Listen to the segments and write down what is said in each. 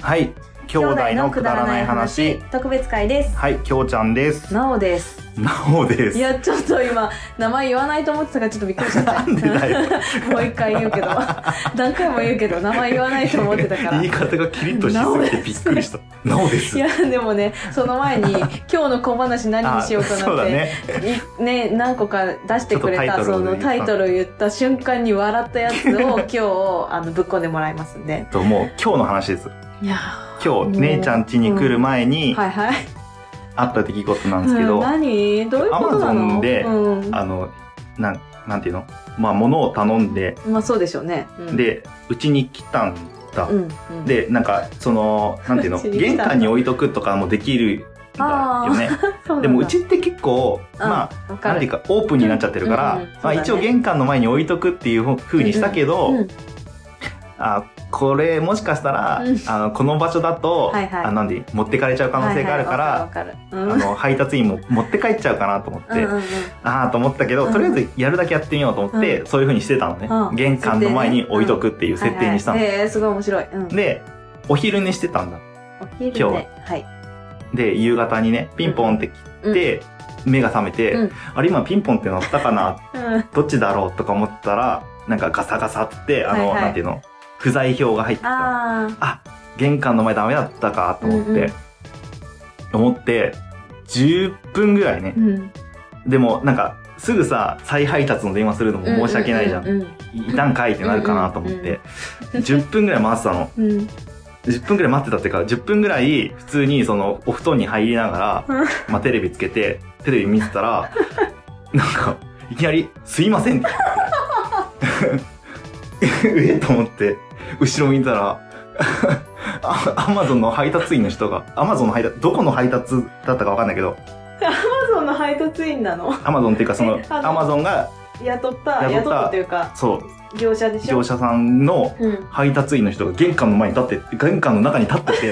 はい兄弟のくだらない話特別会ですはいきょうちゃんですなおですなおですいやちょっと今名前言わないと思ってたからちょっとびっくり しちゃったなんでだよもう一回言うけ ど何回も言うけど名前言わないと思ってたから言い方がキリッとしすぎてびっくりしたなおですいやでもねその前に今日の小話何にしようかあそうなだってねいね何個か出してくれたちょそっとのタタイイトトルルを言った瞬間に笑ったやつ を今日あのぶっこんでもらいますんでともう今日の話ですいや今日姉ちゃん家に来る前にはいはいあった出来事なんですけど、うん何どういうことな Amazon のでうんあのなんなんていうのまあ物を頼んで、まあそうでしょうね、うん、でうちに来たんだ、うん、うん、でなんかそのなんていうのうちに来た玄んだ関に置いとくとかもできるんだよねそうなんだでもうちって結構まああわかなんるていうかオープンになっちゃってるから、うんうんそうまだあ、ね一応玄関の前に置いとくっていうふうにしたけど、うんあこれもしかしたら、うんあのこの場所だと、はいはいあなんで持ってかれちゃう可能性があるから、はいはいわかるわかるうんあの配達員も持って帰っちゃうかなと思って、うんうんうんああと思ったけど、うんとりあえずやるだけやってみようと思って、うそういうふうにしてたのね、うん玄関の前に置いとくっていう設定にしたの、はいはい、えー、すごい面白い、うん、でお昼寝してたんだお昼で今日はいで夕方にねピンポンって来て、目が覚めて、うんあれ今ピンポンって鳴ったかなうんどっちだろうとか思ったら、なんかガサガサって、あの、はいはいなんていうの、不在表が入ってきた。あーあ、玄関の前ダメだったかと思って、うんうん思って、10分ぐらいねう。んでも、なんか、すぐさ、再配達の電話するのも申し訳ないじゃん。うんいたんかいってなるかなと思っうんうんて、10分ぐらい待ってたの。うんうん10分ぐらい待ってたっていうか、10分ぐらい普通にそのお布団に入りながらうん、まあテレビつけて、テレビ見てたら、なんか、いきなり、すいませんって言って。えと思って、後ろ見たら、あアマゾンの配達員の人が、アマゾンの配達、どこの配達だったかわかんないけど、アマゾンの配達員なのアマゾンっていうかそのえ、あのアマゾンが、雇った雇った雇ったというかそう、業者でしょ業者さんのうん配達員の人が玄関の前に立って玄関の中に立ってて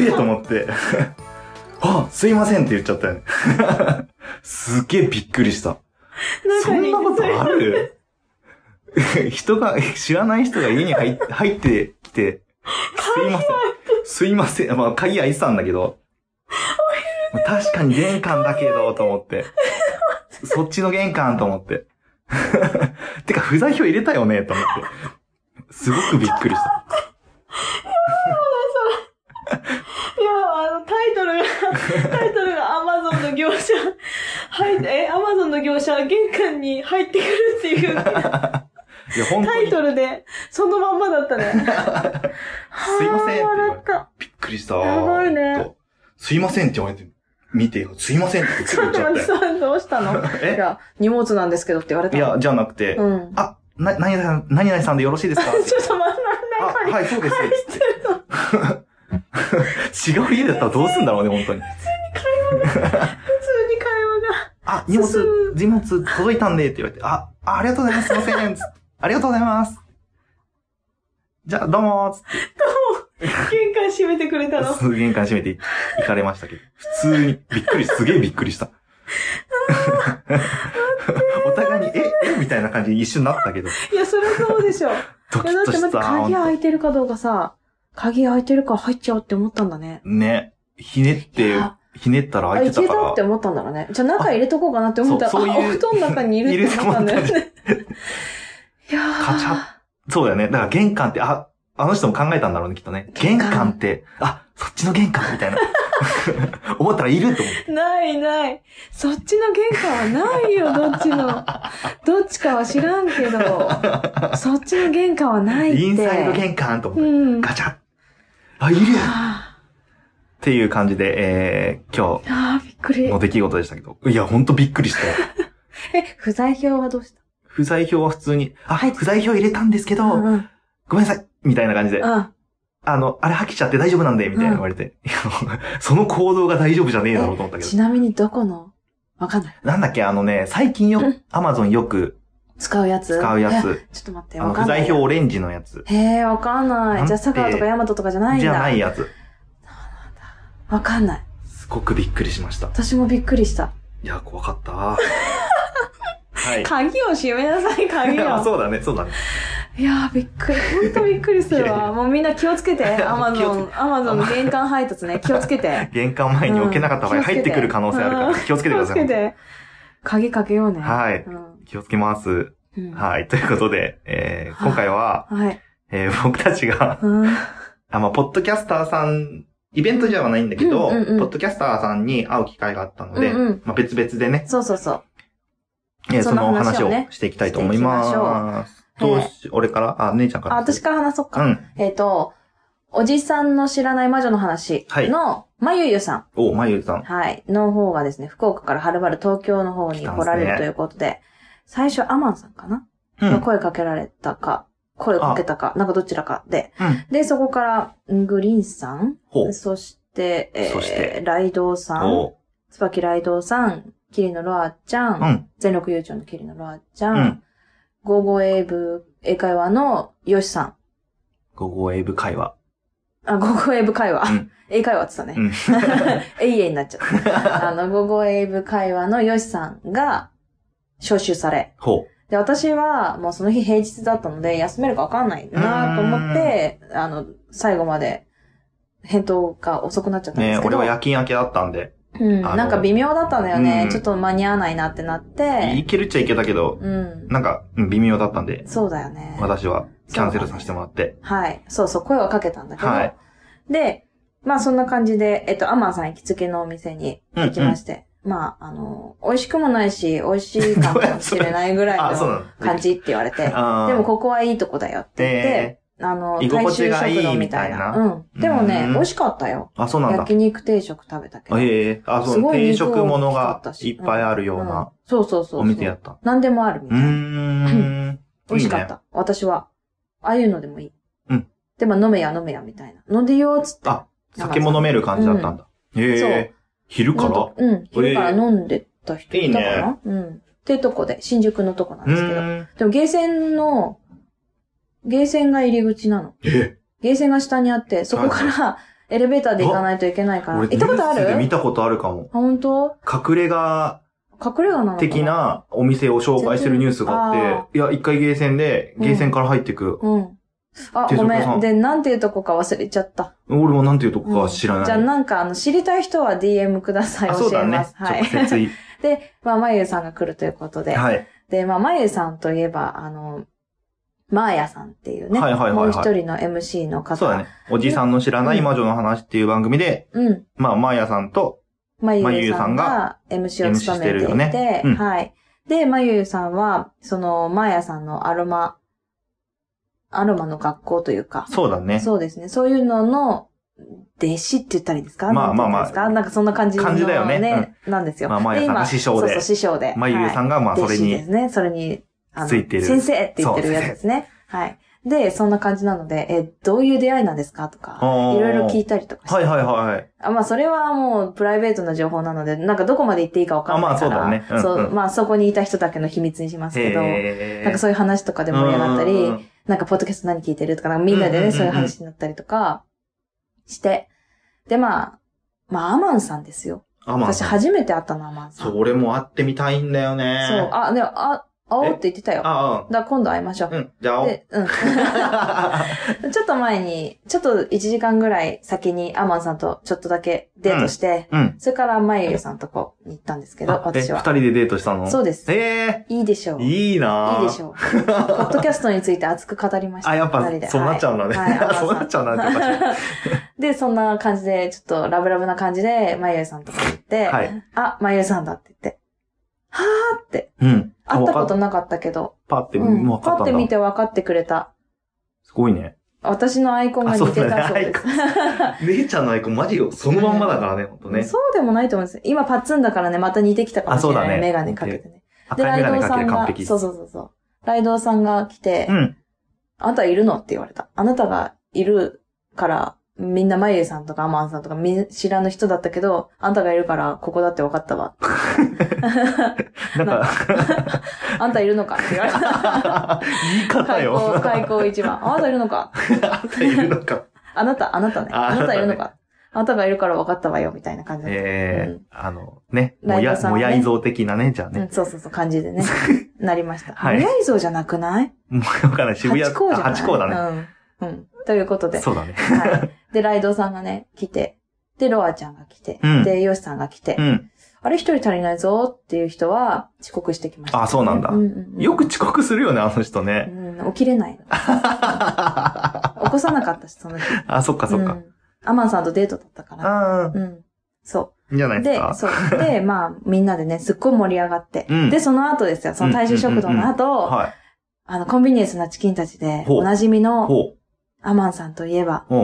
ええと思って 「あすいません」って言っちゃったよね すげえびっくりしたそ中んになことあるる 人が知らない人が家に 入っ入ってきて「すいません」すいません。まあ、鍵開いてたんだけど。確かに玄関だけど、と思って。そっちの玄関と思って。 てか、不在票入れたよね、と思って。すごくびっくりした。いやあのタイトル がタイトルがアマゾンの業者はいえアマゾンの業者玄関に入ってくるっていういや、本タ当イに。すトルでそのまんまだった ねいませんって言わ笑れ。ってたびっくりした。やばいねとすいませんって言われて、見てよ。すいませんってすちぐょ言っっとちゃった待っよ。て、それどうしたのい えや、荷物なんですけどって言われたいのや、じゃなくて、うん。あ、な、何々さん、何々さんでよろしい ですかってちょっと真んあ、中にはい、そうです。つって 違う家だったらどうすんだろうね、本当に。普通に会話が。あ、荷物進、む荷物届いたんでって言われて、あ、あありがとうございます、すいません、つ ってありがとうございます。じゃあ、どうもーつって玄関閉めてくれたの。すぐ玄関閉めてい行かれましたけど、普通に、びっくり、すげえびっく りした。お互いに、え、え、みたいな感じに一瞬なったけど、いや、そりゃそうでしょ。 いドキや、だッっとてましずた。鍵本開いてるかどうかさ、鍵開いてるから入っちゃうって思ったんだね。当ね、ひねっていや、ひねったらあ、開いいてたけかたらって、思ったんだろうね。じゃあ中入れとこうかなって思ったら、あ、そうおそういう布団の中にいるって思ったんだよね。 いやー。カチャッそうだよね。だから玄関って、あ、あの人も考えたんだろうね、きっとね。玄玄関関って、あ、そっちの玄関みたいな。 思ったらいると思って。ないない。そっちの玄関はな いよ、どっちの。どっちかは知らんけど、そっちの玄関はないって。インサイド玄関と思って、うん。ガチャッあ、いるっあていう感じで、えー、今ーあー、びっく日りの。出来事でしたけど。いや、ほんとびっ くりしたよ。え、不在票はどうした不在票は普通に、あ、不在票入れたんですけど、うんうん。ごめんなさいみたいな感じで、うん。あの、あれ吐きちゃって大丈夫なんで、みたいな言われて。 いやその行動が大丈夫じゃねえだろうと思ったけどち。なみにどこのわかんない。なんだっけ、あのね、最近ようん、アマゾンよく使うやつ使うやえつ、ちょっと待って、あの、わか不んない。在票オレンジのやつ。へえ、わかんななんい。てじゃあ、佐川とかヤマトとかじゃないんだ。じゃないやつ。わかんない。すごくびっくりしました。私もびっくりした。いや、怖 かった。はい。鍵を閉めなさい、鍵 を。あそうだね、そうだね。いやー、びっくり。ほんとびっくりするいやいやわ。もうみんな気をつ けて、アマ気をゾン、アマゾンの玄関配達ね、気をつけて。玄関 前に置けなかった場合、うん気をつけ入てってくる可能性あるから、気をつけて気くをだつさけい。て。鍵かけようね。はいうん気をつけます。うんははい。ということで、えー今回は、い。えー僕たちが、うん。あ、まあ、ポッドキャスターさん、イベントじゃないんだけど、うんうんうんポッドキャスターさんに会う機会があったので、うんうんまあ、別々でね、そうそうそう。えーそそんなのお話話ををねしていきたいと思います。していきどましょううし、俺からあ、姉ちゃんから。あ、私から話そっか。うん。えっと、おじさんの知らない魔女の話はいの、まゆゆさん。お、まゆりさん。はい。の方がですね、福岡からはるばる東京の方に来られ来たんすねるということで、最初アマンさんかな、うん。うがん。声かけられたか、声かけたか、なんかどちらかで。で、そこから、んグリーンさんほう。そして、えー、そしてライドウさん、お椿ライドウさん、キリノロアちゃん、うん。全力悠長のキリノロアちゃ、うんん。ゴーゴーエイブ英会話のヨシさん、午後エイブ会話。あ、ゴーゴーエイブ会話、うん英会話って言ったうね。ん。 永遠になっちゃった。あの、ゴーゴーエイブ会話のヨシさんが招集され、ほで、私は、もうその日平日だったので、休めるかわかんないなと思って、あの、最後まで、返答が遅くなっちゃっう。たんでねすけ俺ど。は夜勤明けだったんで、うん、あのなんか微妙だったんだよね。うんちょっと間に合わないなってなっいて。けるっちゃいけたけど、うん。なんか、うん微妙だったんで、そうだよね。私はキャンセルさせてもらって。はい。そうそう、声はかけたんだけど。はいで、まあそんな感じで、えっと、アマンさん行きつけのお店にうんう行きまん。して。まあ、あの、美味しくもないし、美味しいかもしれないぐら いあ、そうのなの。感じって言われて。あーでもここはいいとこだよって言ってえ、あの、居大心地衆がいい食堂みたいな。みたいなうん。でもねう、ん美味しかったよ。ーあ、そうなんだ。焼肉定食食べたけど。ええあ、そすのごい定肉食もの大がきかたしいっぱいあるよううんんなそうそうそう。お店やった。何でもあるみうたーいな。ん。美味しかいっいねた。私は。ああいうのでもいい。うん。でも飲めや飲めやみたいな。飲んでいいよっつって。あ酒も飲める感じだったんだ。ええ昼かなんらとうん。昼から飲んでた人いたかな、うん。ってとこで、新宿のとこなんうですけど。ーん。でもゲーセンの、ゲーセンが入り口なの。えゲーセンが下にあって、そこからエレベーターで行かないといけないから。俺行ったことあニュースでる見あ、たことあるかも。本当隠れ家隠れ家なのかな的。なお店を紹介してるニュースがあって、いや、一回ゲーセンで、ゲーセンから入ってく。うん。あ、手ご塚めさん。んで、なんていうとこか忘れちゃった。俺もなんていうとこかは知らない。じゃあなんか、あの、知りたい人は DM ください。あ、そう教えだね。ます。はい直。接い。で、 まあ、まゆゆさんが来るということ で。はい。で、まあ、まゆゆさんといえば、あの、まーやさんっていうね。はいはいはいはいもう一人の MC の方。そうだね。おじさんの知らない魔女の話っていう番組で、うん。まあ、マーヤさんと、まゆゆさんまが MC を MC 務めしてているて、よねうんはい。で、まゆゆさんは、その、まーやさんのアロマ、アロマの学校というか、そうだね。そうですね。そういうのの、弟子って言ったらいいんですかまあまあまあなんて言うんですかなんかそんな感じの感じだよねなんですよ。まあまあやさんが今師匠でそうそう、師匠で。まゆゆさんが、まあ、そ弟れ子でに、すね。それに、あのついてる先生って言ってるやつですね。はい。で、そんな感じなので、え、どういう出会いなんですかとか、あーいろいろ聞いたりとかして。はいはいはい。あまあ、それはもうプライベートな情報なので、なんかどこまで言っていいかわかんないから。あまあそうだねうんうんそうまあ、そこにいた人だけの秘密にしますけど、へなんかそういう話とかで盛り上がったり、うんなんか、ポッドキャスト何聞いてるとか、なんかみんなうんでうんうんうね、んそういう話になったりとか、して。で、まあ、まあ、アマンさんですよ。あ、まあ、私、そ初めて会ったの、アマンさん。う、俺も会ってみたいんだよね。そう。あ、あ、でも、あ、会おうって言ってたよ。だあ、から今度会いましょうう。ん。じゃあ、で、うん。 ちょっと前に、ちょっと1時間ぐらい先にアマンさんとちょっとだけデートして、 うん。それからまゆゆさんとこに行ったんですけど、あえ、私二は。人でデートしたのそうです。えいいでしょえう。いいいいなぁでしょう。ポッドキャストについて熱く語りました。あ、やっぱ二人で、そうなっちゃうんだね。はいはいアマンさん そうなっちゃうなっておかしい。 で、そんな感じで、ちょっとラブラブな感じで、まゆゆさんとか行って、はいあ、まゆゆさんだって言って、はーって、うん。あ会ったこわかとなかったけど、パって、うんもう分かパったってん見だ。て分かってくれた。すごいね。私のアイコンがあ、似そうてただそうね。アイですコ。 ン。 姉ちゃんのアイコン、マジよ、そのまんまだからね、ほんとね。そうでもないと思うんです。今パッツンだからね、また似てきたかもしれあそうなだい。ねメガネかけてね。赤で、ラいイメガドネかウさけんて完が、璧。そうそうそうそう。ライドウさんが来て、うん。あなたいるのって言われた。あなたがいるから、みんなまゆゆさんとかアマンさんとかみん知らぬ人だったけど、あんたがいるからここだって分かったわ。なん か、あんたいるのかって言わ れた。言い方開口、よ。開口一番。あなたいるのかあんたいるのか。あなた、あなたね。ああなたいるのかあなたがいるから分かったわよ、みたいな感じだっ たええうんあの、ね、もライや、ドさんもはねやい像的なね、じゃあうねん、。そうそうそう、感 じでね。なりました。はい未来像じゃなくないもうわかんない。渋谷、八甲じゃない八甲だね。ね。うん。うん。ということで。そうだね。はい。で、ライドウさんがね、来て、で、ロアちゃんが来て、うんで、ヨシさんが来て、うん。あれ一人足りないぞっていう人は遅刻してきました。あそうなんだうんうんうんよく、遅刻するよね、あの人うね。ん、起きれないの。 あ、起こさなかったし、そ の人。そっかそっうか。んアマンさんとデートだったから。あうん。そあ、じゃなう。いですで、か。そう。で、まあ、みんなでね、すっごい盛り上がって。うんで、その後ですよ。その大衆食堂の後、はあの、コンビニエンスなチキンたちで、ほうおなじみい。のほう。アマンさんといえば、ほう。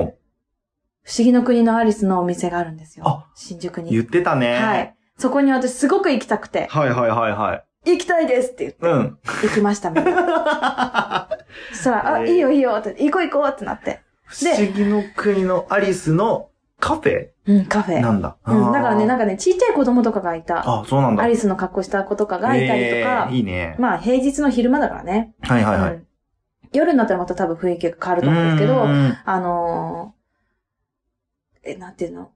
不思議の国のアリスのお店があるんですよあ。新宿に言っ。てたね。はい。。そこに私すごく行きたくて、はいはいはいはい。行きたいですって言って、 うん。行きました、み んな。そしたら、あ、えーいいよいいよって、行こう行こうってなって。不思議の国のアリスのカフェうん、カフェ。なんだ。うん、だからね、なんか。かね、ちっちゃい子供とかがいた。あ、そうなんだ。アリリスの格好した子とかがいたりとか、いいね。まあ平日の昼間だからね。はいはいはうい。ん夜になったらまた多分雰囲気が変わると思うんですけうど、んあのーえ、なんていうの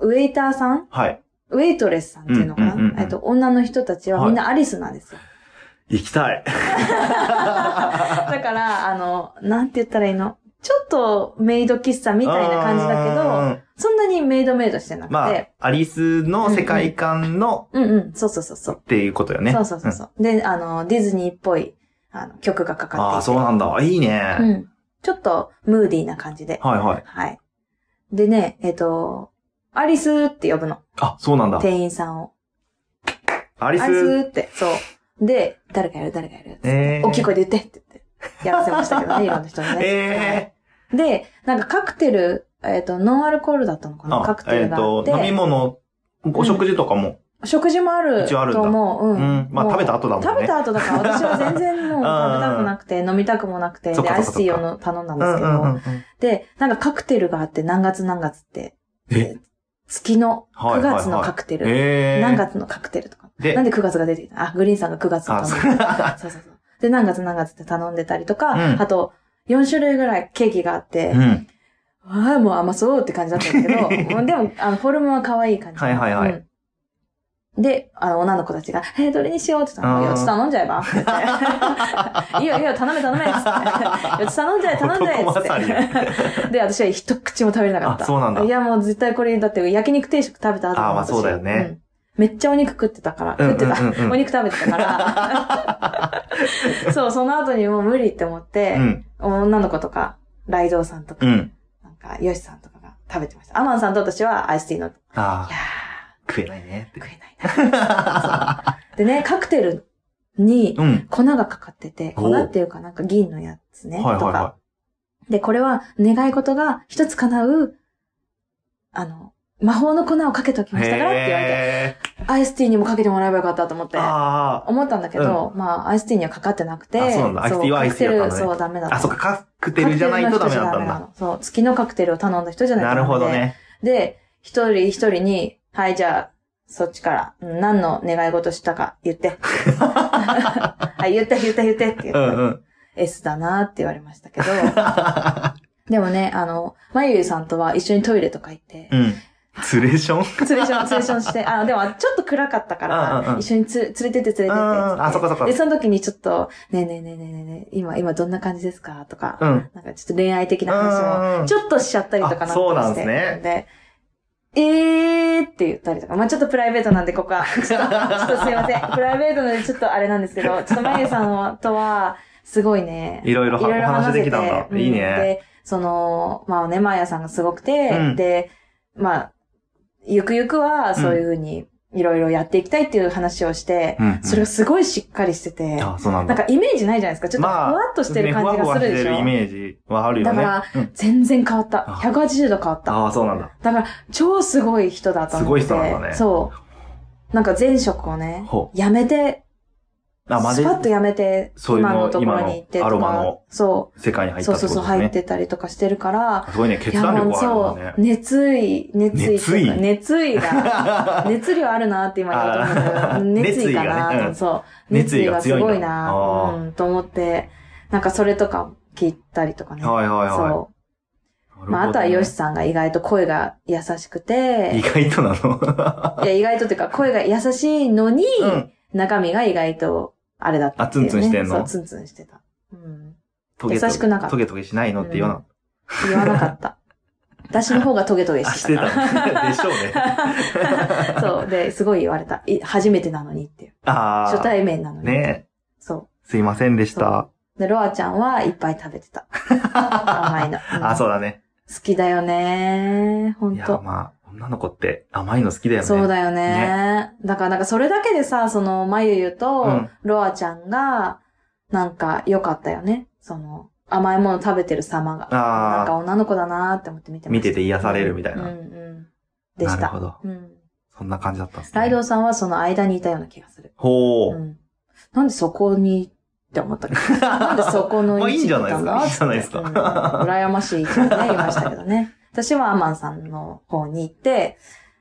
ウェイターさんはい。ウェイトレスさんっていうのかうんうんうんうんなえっと、女の人たちはみんなアリスなんですよ。行きたい。だから、あの、なんて言ったらいいのちょっとメイド喫 茶みたいな感じだけど、けそんなにメイドメイドしてなくて、まあ、アリスの世界観のうんうん、そうそうそうそう。っていうことよね。そうそうそうそう、で、あの、ディズニーっぽいあの曲がかかっていて。ああ、そうなんだ。いいね。うん。ちょっとムーディーな感じで。はいはい。はい。でね、えっ、と、アリスって呼ぶの。あ、そうなんだ。店員さんを。アリアス。リスって、そう。で、誰かやる、誰かやるって。えー大きい声で言ってって言って。やらせましたけどね、いろんな人にね。えはいで、なんかカクテル、えっ、と、ノンアルコールだったのかーなカクテルがあっえっと、飲みて。物、お食事とかも。食事もある一応あるんだと思う。う。うんん。まあもう食べた後だもんね。食べた後だから私は全然 もうあー食べたくなくて、飲みたくもなくて、そっで、かそアイっかそっスかティーをの頼んだんうでんすけど、うんうんうん。で、なんかカクテルがあって、何月何月って、え月のはい9はいはい月のカクテル、えー。何月のカクテルとか。でなんで9月が出てきたあ、グリーンさんが9月をあ、頼んそでうた。そうそうそう。で、何月何月って頼んでたりとか、うんあと、4種類ぐらいケーキがあって、 うん。ああ、もう甘そうって感じだったんだけ ど、もうでも、あの、フォルムは可愛い感じ。はいはいはいうんで、あの、女の子たちが、えー、どれにしようって言ったあら、ーよち頼んじゃえばって 言っていいよいいよ、頼め頼めっつって。よち頼んじゃえ、頼んじゃえっつ男勝って で、私は一口も食べれなかった。あそうなんだいや、もう絶対これ、だって焼肉定食食べた後あーまあ私そうだよねうんめっちゃお肉食ってたから、うん食ってた。 うんうんうんお肉食べてた から。そう、その後にもう無理って思って、うん。女の子とか、ライドウさんとか、うん。なんか、ヨシさんとかが食べてました。アマンさんと私はアイスティーの、いあやあ、食えないねー、っ食えないな。でね、カクテルにて。うん。粉がかかってて、お粉っていうかなんか銀のやつね、はといはいか。はで、これは願い事が一つ叶う、あの、魔法の粉をかけておきい。ましたからって言われへて、アイスティーにもかけてもらえばよかったと思ってー。。あ思ったんだけど、まあ、アイスティーにはかかってなくて、あそうなんだアイスティーはアイスティーだったんだねそうカクテルそう、ダメだっあ。た。あ、そっか、カクテルじゃないとダメだったんカクテルの人じゃダメなだ。のそう、月のカクテルを頼んだ人じゃないとなダメるでほどね。で、一人一人に、はい、じゃあ、そっちから、うん何の願い事したか 言って。はい、言って、言って、言ってって言って、うんうん。 S だなって言われましたけど。でもね、あの、まゆゆさんとは一緒にトイレとか行ってう、ん。 ツレーションツレーション、ツレーションして、あ、でもちょっと暗かったうかんうんうら、ん一緒につ連れてって連れてってっつって。うんあそっかそっかで、その時にちょっと、ねえねえねえねえねえねえ、今、今どんな感じですかとか、うん。なんかちょっと恋愛的な話うも、んちょっとしちゃったりとかなんかして。あそうなんですねでえーって言ったりとか。まあちょっとプライベートなんで、ここは。 ちょっと、ちょっとすいません。プライベートなんでちょっとあれなんですけ ど、ちょっとまゆさんはとは、すごいね。いろいろはお話できたんだ。うんいいね。で、その、まあね、まやさんがすごくて、うんで、まあ、ゆくゆくはそういうふうに、いろいろやっていきたいっていう話をして、うんうんそれがすごいしっかりしてて、あ、そうなんなだん。かイメージないじゃないですか。ちょっとふわっとしてる感じがするでしねふわふわしてるょ。イメージはあるよね。だかうん全然変わった。あ180度変わった。ああ、そうなんだ。だから、超すごい人だと思って。すごい人なんだねそう。なんか前職をねほ、やめて、あ、まスでパッとやめて、そういうの今のところに行ってと今のか、アロマのそ世界にう、入ったっそうてことそうですそう、ね。入ってたりとかしてるから、すごいね、決断いやもう力そはあうるんだね、。熱意、熱意っていうか。熱 意が。熱熱量あるなって今言おうと思ったけあーど熱意かな熱意がねと、うんそう。熱熱意意ががす強いんだごいなあーうん、と思って、なんかそれとか聞いたりとかね。はいはいはい。そう。まあ、あとはヨシさんが意外と声が優しく意て、外となの。いや、意外とっていうか、声が優しいのに、うん。中身が意外と、あれだったっていう、ね。あツンツンしてんのそう、ツンツンしてた。うん。トゲ優しくなかったトゲトゲしないのって言わな。言わなか った。私の方がトゲトゲあ、ししててたたか の。でしょうね。ら。 そう。で、すごい言われた。い初めてなのにっていう。 ああ。初対面なのに。ねそすいませんでした。う。で、ロアちゃんはいっぱい食べてた。甘いの。う んあ、そうだね。好きだよね。ほいんや、と。まあ、女の子って甘いの好きだよね。そうよ。だよね。だから、なんかそれだけでさ、その、まゆゆと、うんロアちゃんが、なんか良かったよね。その、甘いもの食べてる様が。あーなんか女の子だなーって思って見てました。見てて癒されるみたいなうんうん。でした。なるほど。うん。そんな感じだったんですね。ライドウさんはその間にいたような気がする。ほうう。ん。なんでそこにって 思ったけど。なんでそこのまあいいんじゃないですか位置にいいんじゃないたんですだかってうん羨ましい位置にね、いましたけどね。私はアマンさんの方に行って、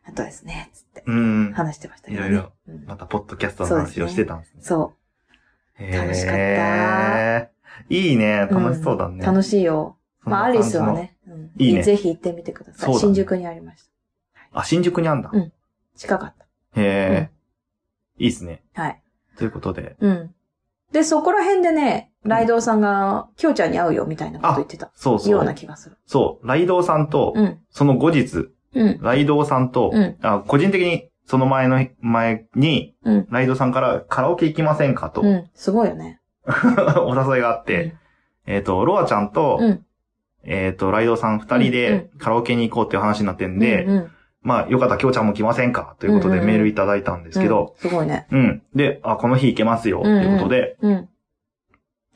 あとですね、つってうん。話してましたけどね。いろいろうんまた、ポッドキャストの話をしてたんですね。そへー楽しかっいいね。う。ん楽しそうだね。楽しいよ。そんなまあ、ア感じリのスは。ね。うんいいねぜひ行ってみてくださそうだい。ね新宿にありました。あ、新宿にあんだう。ん近かっへえ。いいっすね。た。はい。ということで。うん。で、そこら辺でね、うんライドウさんが、きょうちゃんに会うよみたいなこと言ってた。そうそようなう。気がする。そう。ライドウさんと、うん。その後日、うん。ライドウさんと、うんあ個人的に、その前の、前に、うん。ライドウさんからカラオケ行きませんかと、うん。すごいよね。 お誘いがあって、えっ、と、ロアちゃんと、うんえっ、と、ライドウさん二人でカラオケに行こうっていう話になってんで、うんうんまあ、よかったら、きょうちゃんも来ませんかということうんでうんうんメールいただいたんですけど、うんすごいね。うん、で、あ、この日行けますよ、ということで、うん。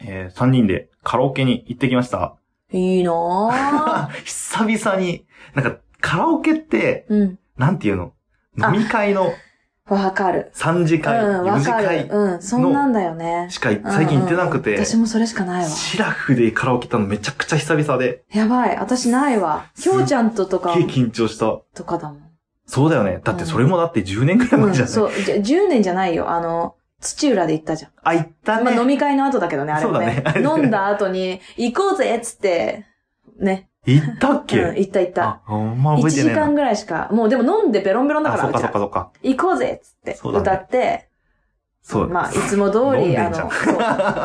えー、3人でカラオケに行ってきました。いいな ぁ。久々に、なんか、カラオケって、うん。なんていうのあ飲み会のわかる。 3次う会、ん、わ4次かる。会うん。そんなんだよね。しか最近行ってなくうんてうん、私もそれしかないわ。シラフでカラオケ行ったのめちゃくちゃ久々で、やばい。私ないわ。すきょうちゃんととすかっ、げえ緊張した。とかだもん。そうだよね。だってそれもだって10年くらい前じゃうん、ない、そう。じゃ10年じゃないよ。あの、土浦で行ったじゃん。あ、行ったまあ、飲ね。み会の後だけどね、あれはね。そうだね飲んだ後に、行こうぜっつって、ね。行ったっうん、け、行った行った。あ、ほんま1覚えて時ねえ間な。ぐらいしか、もうでも飲んでベロンベロンだかあ、ら、そううかちそうらかそうか。行こうぜっつって、そうだね歌って、そう。まあ、いつも通飲んり、であんじゃんの、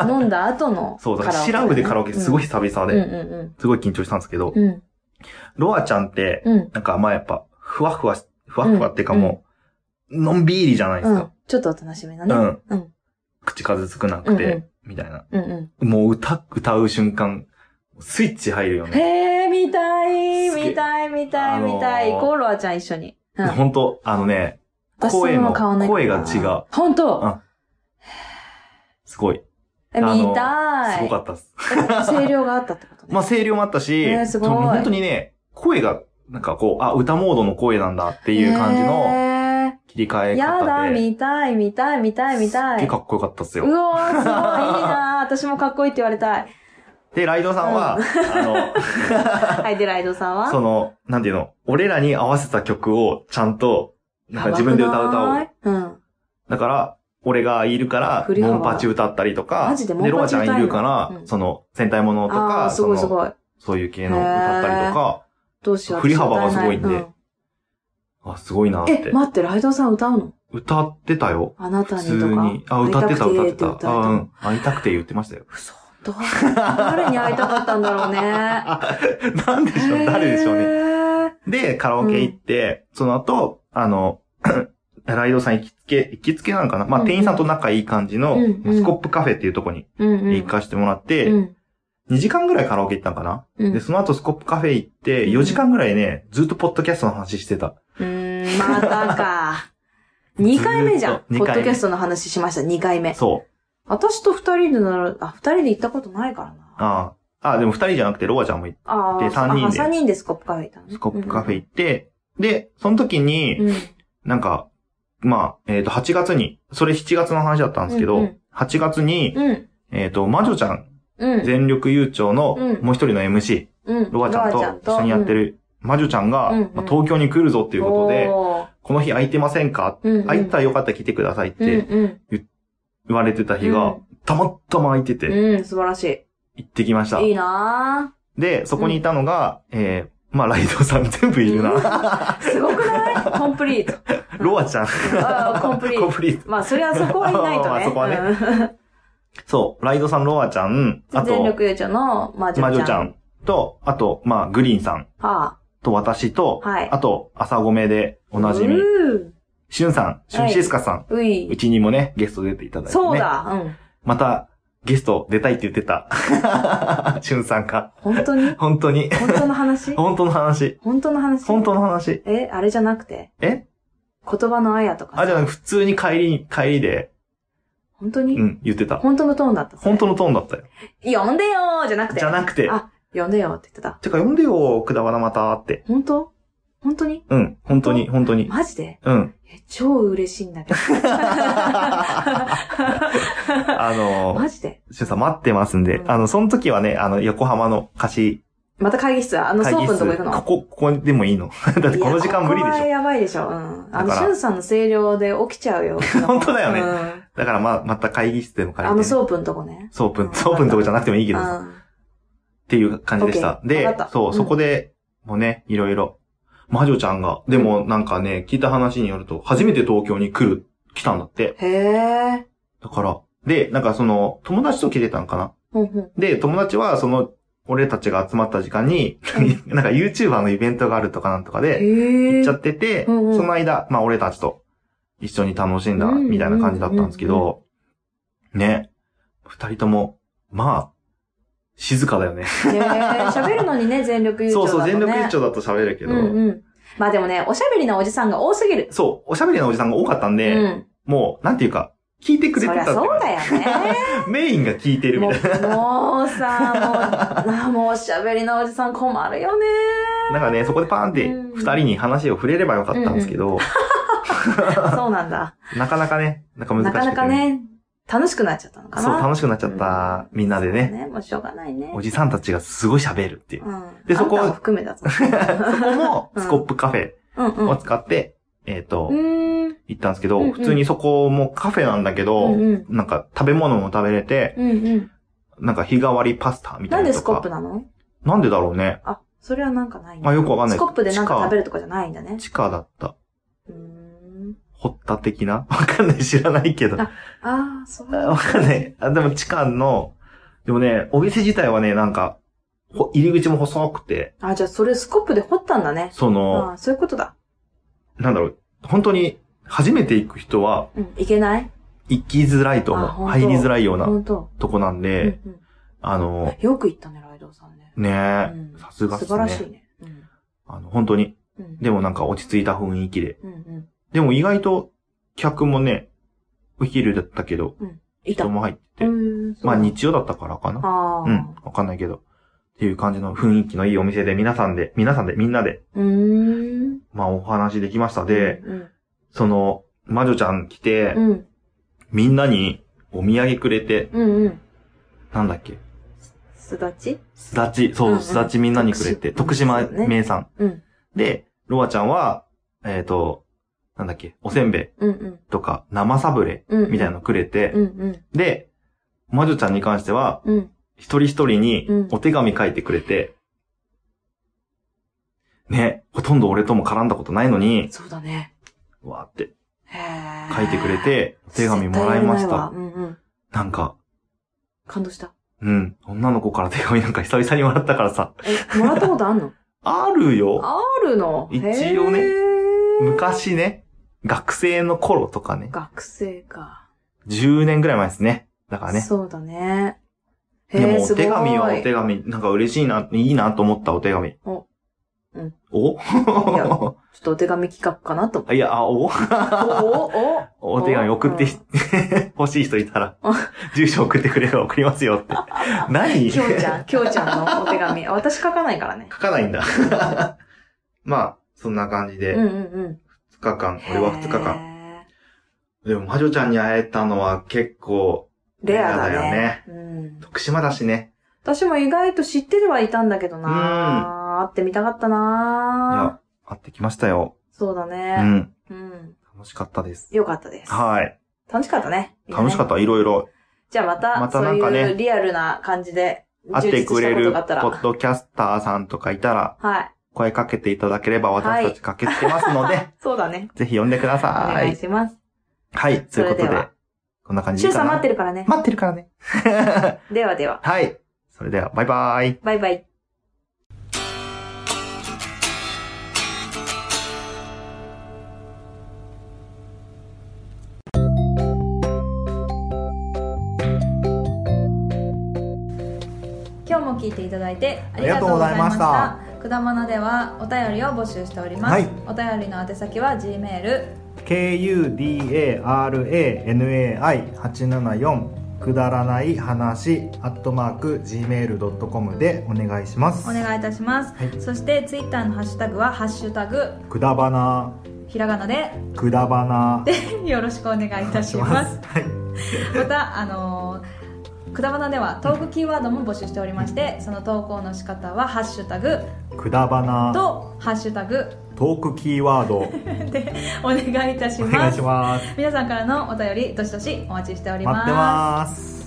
そう飲んだ後の そうだ、シラフでカラオケすごい久々うんで、うすごい緊張したんですけどん、うん。うん。ロアちゃんって、うん。なんかまあやっぱ、ふわふわし、ふわふわっていうかもう、のんびりじゃないでうすんか。。ちょっとおとなしめのうね。ん。うん。口数少なうくんて、うみたいな。ん。うんもう歌、歌う瞬間、スイッチ入るようん。ね。へえ、見たい、すげえ見たい、見たい、見たい。あのー行こう、ロアちゃん一緒に。 うん。ほんと、あのね、私そ声のの顔ない声が違う。本当すごい、えあの見たい。すごかったです。 え声量があったってことね。まあ声量もあ ったし、ねすごいもう本当にね、声が、なんかこう、あ、歌モードの声なんだっていう感じのへ切り替ーえや方だ、で、見たい、見たい、見たい、見すったげい。えかっこよかったっすうよ。おー、すごい、いいなー私もかっこいいって言われ たい。で、ライドさんは、あ の、はい、で、ライドさんはその、なんていうの、俺らに合わせた曲をちゃんと、なんか自分で歌う歌やばを。くないうん。だから、俺がいるから、振りモ幅ンパチ歌ったりとか、マジでモンパで、チロアちゃんいるか歌えらん、のその、戦隊ものとああか、ー、すそごいすの、ごい。そういう系の歌ったりとか、どうしよう。振り幅がすごいんで私歌あ、すごいなっえないうんえ、て。待って、ライドさん歌うの歌ってたよ。あなた普に通とかに。。あ、歌ってた、歌って会いくた。言えあ、うん。会いたくて言ってましたよ。嘘どう誰に会いたかったんだろうね。 なんでしょう、誰でしょうね。ね。で、カラオケ行って、その後、あの、 ライドさん行きつけ、行きつけなのかなまあ、うんうん店員さんと仲いい感じの、うんうんスコップカフェっていうとこにうんうん。行かしてもらって、うん2時間ぐらいカラオケ行ったのかな、うんで、その後スコップカフェ行って、うん4時間ぐらいね、ずっとポッドキャストの話してた。うーん、またか。2回目じゃん。 ずーっと二ポ回目ッドキャストの話しました、2回目。そう。私と2人でなら、あ、2人で行ったことないからな。ああ。ああ、でも2人じゃなくて、ロアちゃんも行って、あであ、三人で3人でスコップカフェ行ったのね。スコップカフェ行って、で、その時に、うん。うん。なんか、まあ、えっ、と、8月に、それ7月の話だったんですけど、うんうん8月に、うん。えっ、と、魔女ちゃん、うん。全力悠長のうんもう一人の MC、うん。ロアちゃんと一緒にやってっる、魔女ちゃんが、うんうんまあ東京に来るぞってていうことで、この日空いてませんかうんうん空いたらよかったら来てくださいっうんてうん言われてた日が、うんたまたま空いてて、うん、素晴らし行ってきました。い。いいなで、そこにいたのが、えー、まあ、ライドさん全部いるな。すごくないコンプリート。 ロアちゃん。あーコンプリートコンプリート。まあ、それはそこはいない とまあね。そこはねね。そう、ライドさん、ロアちゃん、あ全と、力ゆうちゃんの魔女ちゃん。魔女ちゃ。んと、あと、まあ、グリーンさんはと私と、はいあと、朝米でおあ。なじみう、ーしゅんさん、しゅんシスカさん、ううい。ちにもね、ゲスト出ていただいて、ね。そうだ。うん。また、ゲスト出たいって言ってた。 しゅんさんか。本当に本当に。本当の 話本当の話。本当の話本当の話。え、あれじゃなくてえ言葉のあやとかさ。あ、じゃあ普通に帰りに、帰りで、本当うにん、言ってた。本当のトーンだった。本当のトーンだったよ。呼んでよーじゃなくて。じゃなくて。あ、呼んでよって言ってた。てか、呼んでよ、くだばなまたって。本当本当にうん、本当に、本当に。マジで うん。え、超嬉しいんだ けど。あの、マジでしゅんさん待ってますんで、うんあの、その時はね、あの、横浜の貸しまた会議室、あの、会ソー議プの室、とこ行くこのこ、ここでもいいの。 だってこの時間無理でいやここはしょ。やばいでしょ。うん。あの、だからシュンさんの声量で起きちゃうよ。 本当だよねうんだからま、また会議室でも借ありのてね。ソープのとこね。ソープン、ソープンとこじゃなくてもいいけどさ。っていう感じでした。オッケーわでかった、そうう、んそこで、もうね、いろいろ。魔女ちゃんが、でもなんかね、聞いた話によると、初めて東京に来る、来たんだって。うん。へえ。だから、で、なんかその、友達と来てたんかな。うんうん。で、友達はその、俺たちが集まった時間に、 なんか YouTuber のイベントがあるとかなんとかで、へ行え。っちゃってて、そうんうんの間、まあ俺たちと一緒に楽しんだ、みたいな感じだったんですけど、ね、二人とも、まあ、静かだよ ね。へー喋るのにね、全力優そう勝だそとう、ね。全力一丁だと喋るけど、うんうん。まあでもね、おしゃべりなおじさんが多すぎる。そう、おしゃべりなおじさんが多かったんうで、ん。もう、なんていうか、聞いてくそれりてたっゃていそううかだよね。メインが聞いてるみもたいな。うもうさ、もう、なもうおしゃべりなおじさん困る よね。なんかね、そこでパーンってうん二人に話を触れればよかったんですけど、そうなんだ。なかなかね、なんか難しなくて、かなかね、楽しくなっちゃったのかな。そう、し楽しくなっちゃった、みんなでね、ね、もうしょうがないね。おじさんたちがすごい喋るっていう。うん。でそこあんたも含め だぞ。そこも、 うんスコップカフェうんうん。をう使って、えっ、と、ーん。行ったんですけうんうど、ん普通にそこもカフェなんだけど、うんうん。なんか食べ物も食べれて、うんうん。なんか日替わりパスタみたないんなでのとスコッか。プなのなんでだろうね。あ、それはなんかないんだまあよくわかんないスコップでなんか食るべるとかじゃないんだね。地下だった。うーん。ホッタ的な わかんない。知らないけど。ああああ、そう。わかんない。あ、でも地下の、でもね、お店自体はね、なんか、ほ入り口も細くて、あ、じゃあそれスコップで掘ったんだね。その、ああ、そういうことだ。なんだろう、本当に初めて行く人はうん。いけない行きづらいと思うあ。本当入りづらいような本当。とこなんうで、んうん。あの、よく行ったね、ライドウさんね。ねうんさすがっ素すね晴らしいね。うんあの、本当に、うん。でもなんか落ち着いた雰囲気で。うんうん。でも意外と客もね、お昼だったけど、いた。人うも入ってて、ーん。そうまあ日曜だったからかな。ああ。うん、わかんないけど。っていう感じの雰囲気のいいお店で、皆さんで、皆さんで、みんなで、うーん。まあお話できましたで、うんその、魔女ちゃん来て、うん、うん。みんなにお土産くれて、うんうん。なんだっけ、すだちすだち、うんそうう、んすだちみんなにくれて、徳徳島島ね名産。うん。で、ロアちゃんは、えっ、と、なんだっけ、おせんべいうんうん。とか、生サブレうんうん。みたいなのくれてう、んうん。で、魔女ちゃんに関しては、うん。一人一人にうんお手紙書いてくれて、ね、ほとんど俺とも絡んだことないのに、そうだね。わーってへえ。書いてくれ、て、お手紙もらいまし絶対やたれ。ないわうんうん。なんか、感動した。うん、女の子から手紙なんか久々にもらったからさ、え、もらったことあ んのあるよあるの。一応ねへー。昔ね、学生の頃とかね、学生か。 10年ぐらい前ですね。だからね。そうだね。へでえ、も、おすごい。手紙はお手紙、なんか嬉しいな、いいなと思ったお手紙。おうんおやちょっとお手紙企画かなと思っ て。いや、あ、おおおおお手紙送ってひ欲しい人いたら、住所送ってくれれば送りますよって。 何きょうちゃ書ん、きょうちゃんのお手紙。あ私書かないからね。かないんだ。 まあ、そんな感じうんうで、んうん。 2日間、俺は2日間。間。でも、魔女ちゃんに会えたのは結構、レアだレアだよねね。うん。徳島だしね。私も意外と知っててはいたんだけどな会ってみたかったいなや、会ってきましたよ。そうだうね。ん。うん。楽しかったです。よかったです。はい。楽しかったね。楽しかた。った、いろいろ。じゃあまた、またそうなんかねいうリアルな感じで、会ってくれる充実したことがポあったらッドキャスターさんとかいたら、はい。声かけていただければ私たち駆けつけますの で、そうだね。ぜひ呼んでくだおさ願いい。します。はい、ということそれででは、こんな感じシでいいュウかさんな。待ってるからね。待ってるからね。ではでは。 はい。それでは、バイバイ。バイバイ。今日も聞いていただいてありがとうございましたあくだまなではお便りを募集しております、はいお便りの宛先は G メール kudaranai874 くだらない話アットマーク gmail.com でお願いしまおす願いいたします、はいそしてツイッターのハッシュタグは「ハッシュタグくだばなひらがなでくだばな」でよろしくお願いいたしますはいまたあのーくだばなではトークキーワードも募集しておりましてその投稿の仕方はハッシュタグくだばなとハッシュタグトークキーワードでお願いいたしお願まいすします皆さんからのお便りどしどしお待ちしており待ってます